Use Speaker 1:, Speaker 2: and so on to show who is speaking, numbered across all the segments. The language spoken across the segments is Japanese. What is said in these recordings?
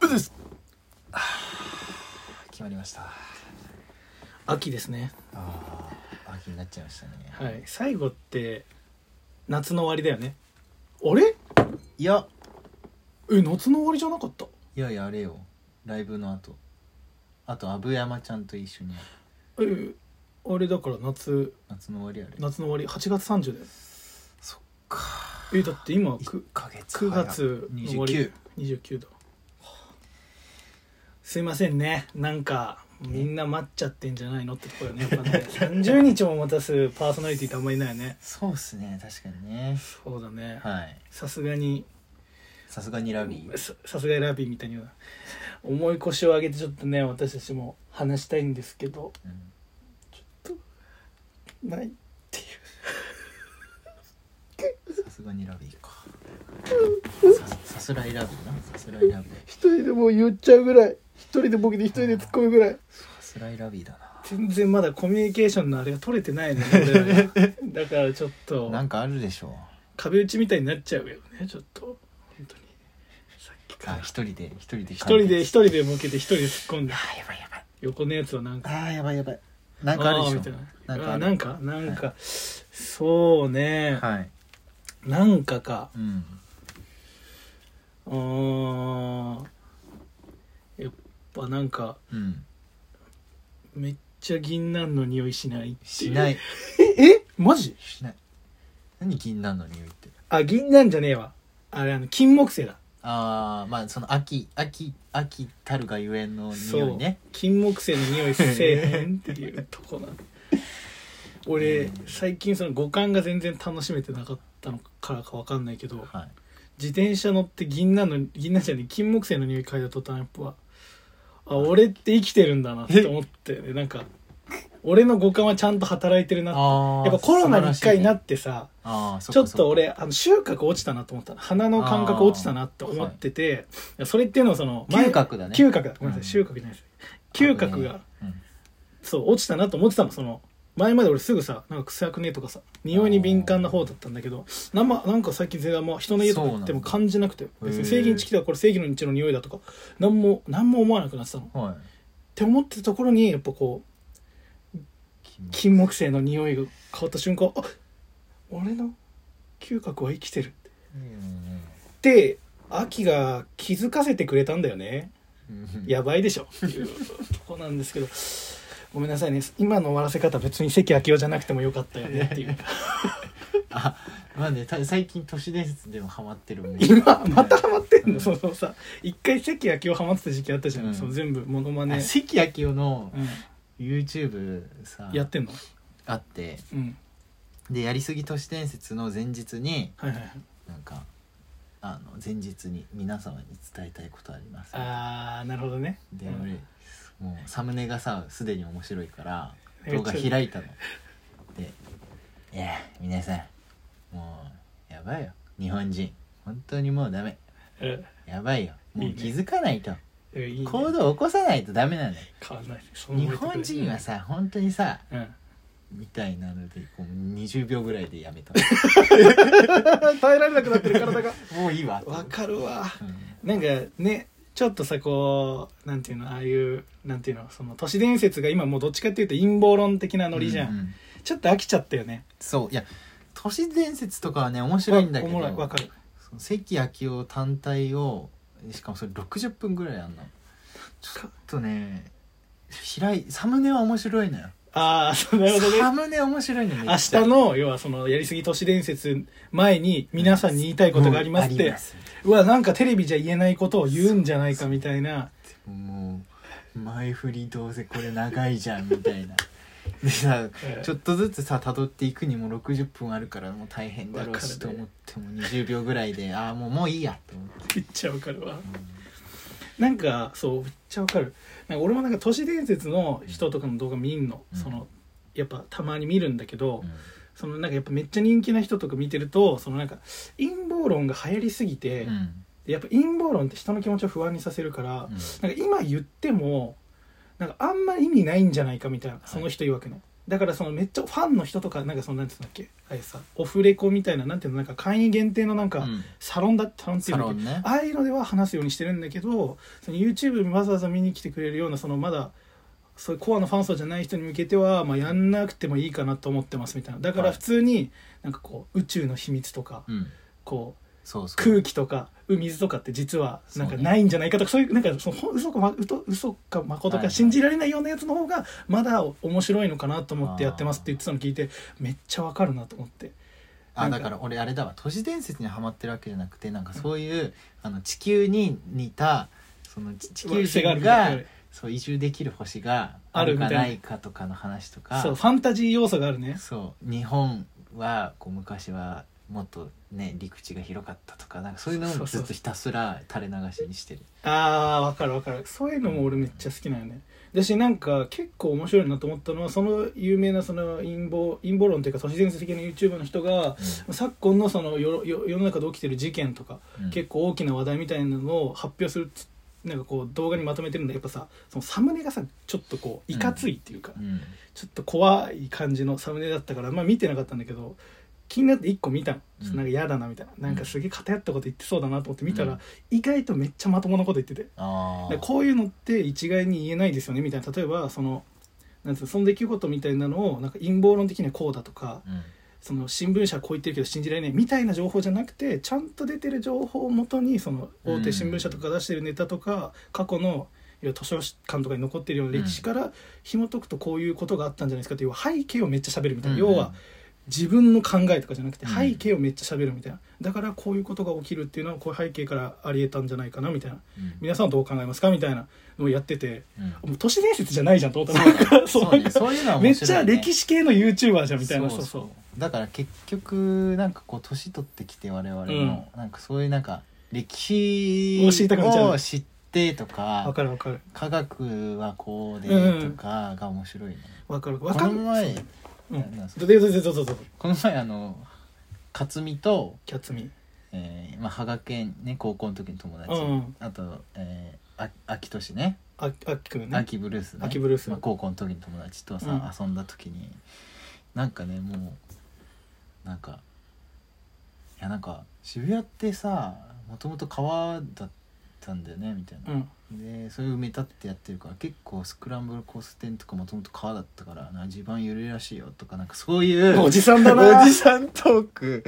Speaker 1: そうですあー決まりました
Speaker 2: 秋ですね
Speaker 1: あー秋になっちゃいましたね
Speaker 2: はい最後って夏の終わりだよねあれ
Speaker 1: いや
Speaker 2: え夏の終わりじゃなかった
Speaker 1: いやいやあれよライブの後あと阿部山ちゃんと一緒に
Speaker 2: えあれだから夏
Speaker 1: 夏の終わりあれ
Speaker 2: 夏の終わり8月30だよ
Speaker 1: そっか
Speaker 2: えだって今
Speaker 1: 1
Speaker 2: く
Speaker 1: ヶ月
Speaker 2: 9月の終わり
Speaker 1: 29
Speaker 2: 29度すいませんねなんかみんな待っちゃってんじゃないのってとこ よねやっぱね30日も待たすパーソナリティってあんまりいないよね
Speaker 1: そうっすね確かにね
Speaker 2: そうだね
Speaker 1: はい
Speaker 2: さすがに
Speaker 1: さすがにラビー
Speaker 2: ささすがにラビーみたいには重い腰を上げてちょっとね私たちも話したいんですけど
Speaker 1: うん
Speaker 2: ないっていう
Speaker 1: さすがにラビーかささすらいラビーなさすらいラビー
Speaker 2: 一人でもう言っちゃうぐらい一人でボケて一人で突っ込むぐらい
Speaker 1: さすらいラビーだな
Speaker 2: 全然まだコミュニケーションのあれが取れてない ね俺らがだからちょっと
Speaker 1: なんかあるでしょう
Speaker 2: 壁打ちみたいになっちゃうよねちょっと本当にさっきか
Speaker 1: あ
Speaker 2: ら
Speaker 1: 一人で一人で
Speaker 2: 一人で一人で向けて一人で突っ込んで
Speaker 1: あーやばいやばい
Speaker 2: 横のやつはなんか
Speaker 1: あーやばいやばいなんかあるでし
Speaker 2: ーみたい
Speaker 1: ょ
Speaker 2: な
Speaker 1: なんかあ
Speaker 2: あ
Speaker 1: る
Speaker 2: なんかなんか、そうね、
Speaker 1: はい
Speaker 2: なんかか
Speaker 1: うん
Speaker 2: うーんやっぱなんか
Speaker 1: うん
Speaker 2: めっちゃ銀杏の匂いしないっていう
Speaker 1: しない
Speaker 2: ええマジ
Speaker 1: しない何銀杏の匂いって
Speaker 2: あ銀杏じゃねえわあれあの金木犀だ
Speaker 1: ああまあその秋秋秋たるがゆえんの匂いね
Speaker 2: 金木犀の匂いせえへんっていうとこな の俺最近その五感が全然楽しめてなかったのからか分かんないけど
Speaker 1: はい
Speaker 2: 自転車乗って銀杏の銀杏じゃねえ金木犀の匂い嗅いだ途端やっぱあ俺って生きてるんだなって思って、ね、なんか俺の五感はちゃんと働いてるなって
Speaker 1: あ
Speaker 2: やっぱコロナに一回な
Speaker 1: っ
Speaker 2: ってさ、
Speaker 1: あーそ
Speaker 2: ちょ
Speaker 1: か
Speaker 2: っ
Speaker 1: そか
Speaker 2: と俺あの収穫落ちたなと思ったの花の感覚落ちたなって思ってて、いやそれっていうのはその前
Speaker 1: 嗅覚だね
Speaker 2: 嗅覚だごめんなさい、
Speaker 1: うん
Speaker 2: 収穫じゃないです嗅覚が、
Speaker 1: うん
Speaker 2: そう落ちたなと思ってたもんその前まで俺すぐさなんか臭くねとかさ匂いに敏感な方だったんだけどなんまなんか最近全然あんま人の家とか行っても
Speaker 1: そうなんだ
Speaker 2: 感じなくて別
Speaker 1: へ
Speaker 2: に
Speaker 1: ー
Speaker 2: 正義の地来たらこれ正義の日の匂いだとか何も何も思わなくなってたのっ
Speaker 1: はい
Speaker 2: て思ってたところにやっぱこう
Speaker 1: 金
Speaker 2: 金木犀の匂いが変わった瞬間あ俺の嗅覚は生きてるっ
Speaker 1: うん
Speaker 2: て秋が気づかせてくれたんだよね
Speaker 1: うん
Speaker 2: やばい でしょっていうとこなんですけどごめんなさいね今の終わらせ方別に関明夫じゃなくてもよかったよねっていう
Speaker 1: あまあねた最近都市伝説でもハマってるもん
Speaker 2: 今また
Speaker 1: ね
Speaker 2: ハマってん
Speaker 1: う
Speaker 2: の
Speaker 1: ん
Speaker 2: そのさ一回関明夫ハマってた時期あったじゃない、
Speaker 1: うん
Speaker 2: その全部モノマ
Speaker 1: あ
Speaker 2: ネ、
Speaker 1: 関明夫の
Speaker 2: うん
Speaker 1: YouTube さ
Speaker 2: やってんの
Speaker 1: あって
Speaker 2: うん
Speaker 1: でやりすぎ都市伝説の前日に
Speaker 2: はいはいはい
Speaker 1: なんかあの前日に皆様に伝えたいことあります
Speaker 2: あーなるほどね
Speaker 1: で
Speaker 2: うん
Speaker 1: 俺もうサムネがさすでに面白いから
Speaker 2: え
Speaker 1: 動画
Speaker 2: ちょ
Speaker 1: 開いたので「いや皆さんもうやばいよ日本人本当にもうダメ
Speaker 2: え
Speaker 1: やばいよも
Speaker 2: いういね
Speaker 1: 気づかないと
Speaker 2: えいいね
Speaker 1: 行動を起こさないとダメなんだよ
Speaker 2: 変わんないその
Speaker 1: 日
Speaker 2: 置いてくれ
Speaker 1: 本人はさ本当にさ
Speaker 2: うん
Speaker 1: みたいなのでこう20秒ぐらいでやめ た
Speaker 2: 耐えられなくなってる体が
Speaker 1: もういいわ
Speaker 2: わかるわ
Speaker 1: うん
Speaker 2: なんかねちょっとさこうなんていうのああいうなんていうのその都市伝説が今もうどっちかっていうと陰謀論的なノリじゃん、
Speaker 1: うう
Speaker 2: ちょっと飽きちゃったよね
Speaker 1: そういや都市伝説とかはね面白いんだけ
Speaker 2: お
Speaker 1: ど
Speaker 2: もろいわかる
Speaker 1: その関明夫単体をしかもそれ60分ぐらいあんのちょっとね開いサムネは面白いのよ
Speaker 2: ああそうなるほど
Speaker 1: サ
Speaker 2: ね
Speaker 1: ムネ面白いのよ
Speaker 2: 明日の要はそのやりすぎ都市伝説前に皆さんに言いたいことがありますっ
Speaker 1: もうあ
Speaker 2: て
Speaker 1: ます
Speaker 2: うわなんかテレビじゃ言えないことを言うんじゃないかみたいな
Speaker 1: もう前振りどうせこれ長いじゃんみたいな でさ
Speaker 2: ええ
Speaker 1: ちょっとずつさ辿っていくにも60分あるからもう大変だろうしと
Speaker 2: わかる
Speaker 1: 思
Speaker 2: ね
Speaker 1: っても20秒ぐらいでああもうもういいやと思って
Speaker 2: めっちゃわかるわなんかそうめっちゃわかるなんか俺もなんか都市伝説の人とかの動画見んの、
Speaker 1: うん
Speaker 2: そのやっぱたまに見るんだけど、
Speaker 1: うん
Speaker 2: そのなんかやっぱめっちゃ人気な人とか見てるとそのなんか陰謀論が流行りすぎて、
Speaker 1: うん
Speaker 2: でやっぱ陰謀論って人の気持ちを不安にさせるから、
Speaker 1: うん
Speaker 2: なんか今言ってもなんかあんま意味ないんじゃないかみたいな、その人いわけのだからそのめっちゃファンの人とかなんかそのなんていうんだっけあれさオフレコみたいななんていうのなんか会員限定のなんか、
Speaker 1: うん
Speaker 2: サロンだサロンってい
Speaker 1: サ
Speaker 2: うんだっ
Speaker 1: ロ
Speaker 2: け
Speaker 1: ンね
Speaker 2: ああいうのでは話すようにしてるんだけどその YouTube にわざわざ見に来てくれるようなそのまだそういうコアのファン層じゃない人に向けては、まあ、やんなくてもいいかなと思ってますみたいなだから
Speaker 1: はい
Speaker 2: 普通になんかこう宇宙の秘密とか、
Speaker 1: うん
Speaker 2: こう
Speaker 1: そうそう
Speaker 2: 空気とか水とかって実はなん
Speaker 1: そ
Speaker 2: か
Speaker 1: うね
Speaker 2: ないんじゃないかとかそう,、いうなんかそのほん嘘か,、ま、嘘嘘か誠
Speaker 1: はいは
Speaker 2: か
Speaker 1: い
Speaker 2: 信じられないようなやつの方がまだ面白いのかなと思ってやってますって言ってたの聞いてめっちゃわかるなと思って
Speaker 1: あ
Speaker 2: なん
Speaker 1: だ
Speaker 2: か
Speaker 1: から俺あれだわ都市伝説にはまってるわけじゃなくてなんかそういう、あの地球に似たその地地球
Speaker 2: 癖
Speaker 1: 人
Speaker 2: があ
Speaker 1: が
Speaker 2: る
Speaker 1: そう移住できる星が
Speaker 2: あ
Speaker 1: あ
Speaker 2: る
Speaker 1: る
Speaker 2: みたい
Speaker 1: か
Speaker 2: な
Speaker 1: ないかとかの話とか
Speaker 2: そうファンタジー要素があるね
Speaker 1: そう日本はこう昔はもっとね陸地が広かったとかなんかそういうの
Speaker 2: そ
Speaker 1: を
Speaker 2: うそ
Speaker 1: ず
Speaker 2: う
Speaker 1: っとひたすら垂れ流しにしてる
Speaker 2: あーわかるわかるそういうのも俺めっちゃ好きなよねだしなんか結構面白いなと思ったのはその有名なその陰謀陰謀論というか都市伝説的な YouTuber の人が昨今のその世世世の中で起きてる事件とか
Speaker 1: うん
Speaker 2: 結構大きな話題みたいなのを発表するつなんかこう動画にまとめてるんだけどやっぱさそのサムネがさちょっとこういかついっていうか、
Speaker 1: うん
Speaker 2: ちょっと怖い感じのサムネだったからまあ見てなかったんだけど気になって1個見たのちょっとなんか嫌だなみたいな、なんかすげえ偏ったこと言ってそうだなと思って見た
Speaker 1: う
Speaker 2: ら、
Speaker 1: ん
Speaker 2: 意外とめっちゃまともなこと言ってて
Speaker 1: あ
Speaker 2: で
Speaker 1: あ
Speaker 2: こういうのって一概に言えないですよねみたいな例えばそのなんていうのその出来事みたいなのをなんか陰謀論的にはこうだとか
Speaker 1: うん
Speaker 2: その新聞社はこう言ってるけど信じられないみたいな情報じゃなくてちゃんと出てる情報をもとにその大手新聞社とか出してるネタとか過去のいわゆる図書館とかに残ってるような歴史から紐解くとこういうことがあったんじゃないですかっていう背景をめっちゃ喋るみたいな、要は自分の考えとかじゃなくて
Speaker 1: うん
Speaker 2: 背景をめっちゃ喋るみたいなだからこういうことが起きるっていうのはこういう背景からありえたんじゃないかなみたいな
Speaker 1: うん
Speaker 2: 皆さんどう考えますかみたいなのをやってて
Speaker 1: うん
Speaker 2: もう都市伝説じゃないじゃんと思ったなんか
Speaker 1: そ
Speaker 2: そう
Speaker 1: うねそういうのは
Speaker 2: め
Speaker 1: 面
Speaker 2: っち
Speaker 1: 白
Speaker 2: ゃ
Speaker 1: いね
Speaker 2: 歴史系の YouTuber じゃんみたいなそうそう
Speaker 1: だから結局なんかこう年取ってきて我々も、なんかそういうなんか歴史
Speaker 2: を知りたくなっちゃう
Speaker 1: を知ってと
Speaker 2: わ
Speaker 1: か
Speaker 2: かるわかる
Speaker 1: 科学はこうでとかが面白いね、
Speaker 2: わかるわ
Speaker 1: こ
Speaker 2: か
Speaker 1: の
Speaker 2: る
Speaker 1: 前
Speaker 2: うん
Speaker 1: ななんすか
Speaker 2: どどうぞどうぞどうぞ
Speaker 1: この前あの克美と、
Speaker 2: キャッツミ
Speaker 1: えーまあ、羽賀県ね高校の時の友達、
Speaker 2: うん
Speaker 1: あと、えー、あ秋年ね
Speaker 2: ああっきくんね
Speaker 1: 秋ブルースね
Speaker 2: 秋ブルース
Speaker 1: まあ、高校の時の友達とさ、遊んだ時になんかねもうなんかいやなんか渋谷ってさもともと川だったんだよねみたいな
Speaker 2: う、ん
Speaker 1: でそれを埋め立ってやってるから結構スクランブル交差点とかもともと川だったからなんか地盤緩いらしいよとかなんかそういう
Speaker 2: おじさんだな
Speaker 1: おじさんトーク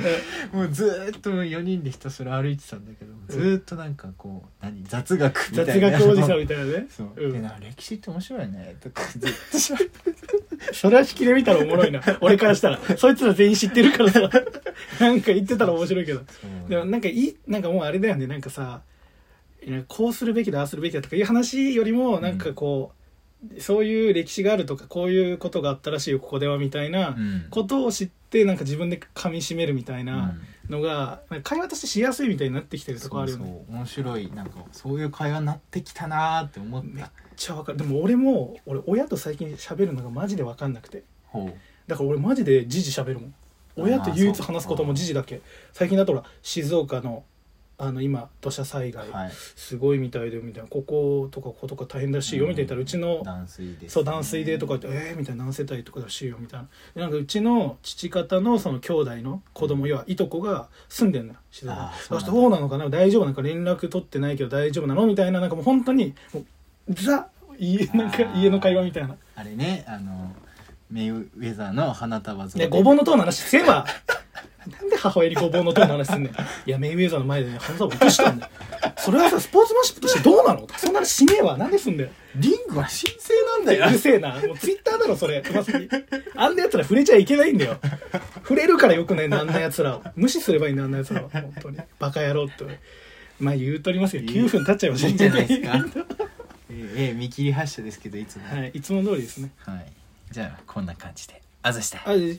Speaker 1: もうずーっと4人でひたすら歩いてたんだけどずーっとなんかこう何雑学みた
Speaker 2: 雑
Speaker 1: いな
Speaker 2: 学おじさんみたいなね
Speaker 1: そう、
Speaker 2: うん
Speaker 1: でな歴史って面白いねとかずっと
Speaker 2: それは引きで見たらおもろいな俺からしたらそいつら全員知ってるからさなんか言ってたら面白いけど
Speaker 1: そう
Speaker 2: でもなんかいいなんかもうあれだよねなんかさなんかこうするべきだああするべきだとかいう話よりもなんかこう、そういう歴史があるとかこういうことがあったらしいよここではみたいな
Speaker 1: うん
Speaker 2: ことを知ってなんか自分で噛みしめるみたい
Speaker 1: うん
Speaker 2: なのが、なんか会話としてしやすいみたいになってきてるとこ
Speaker 1: そ
Speaker 2: あ
Speaker 1: う
Speaker 2: るよ
Speaker 1: そ
Speaker 2: ねめっ
Speaker 1: う面白いなんかそういう会話になってきたなーって思った
Speaker 2: ちゃわかるでも俺も俺親と最近喋るのがマジで分かんなくて
Speaker 1: ほ
Speaker 2: だから俺マジで時事喋るもん親と唯一話すことも時事だけ最近だとほら静岡のあの今土砂災害、
Speaker 1: うはい
Speaker 2: すごいみたいだよみたいなこことかこことか大変だしよみたいな言ったらうちの、
Speaker 1: 断水です
Speaker 2: そう断水でとか言って「えー」みたいな何世帯とかだしよみたいなでなんかうちの父方のその兄弟の子供要はいとこが住んでんのよ静岡に
Speaker 1: あー
Speaker 2: そ
Speaker 1: そうう
Speaker 2: す
Speaker 1: なん
Speaker 2: る
Speaker 1: だ
Speaker 2: と「どうなのかな大丈夫なのか連絡取ってないけど大丈夫なの?」みたいななんかもう本当にもうザ家なんか
Speaker 1: あー
Speaker 2: 家の会話みたいな
Speaker 1: あれねあのメイウェザーの花束像
Speaker 2: いやごぼうの塔の話せば なんで母親にごぼうの塔の話すんねんいやメイウェザーの前でね花束落としたんだよそれはさスポーツマンシップとしてどうなのそんなのしねえわなんですんだよ
Speaker 1: リングは神聖なんだ
Speaker 2: う
Speaker 1: よ
Speaker 2: るせえな。もうツイッターだろ、それ。飛ばすにあんな奴ら触れちゃいけないんだよ。触れるからよくない、あんな奴らを。無視すればいいんだ、あんな奴らを。本当に。バカ野郎って。まあ言うとりますよ。
Speaker 1: いい
Speaker 2: 9分経っちゃいました。
Speaker 1: いいんじゃないですか えーえー見切り発車ですけどいつも
Speaker 2: はい。いつも通りですね。
Speaker 1: はいじゃあこんな感じであざした
Speaker 2: あ、で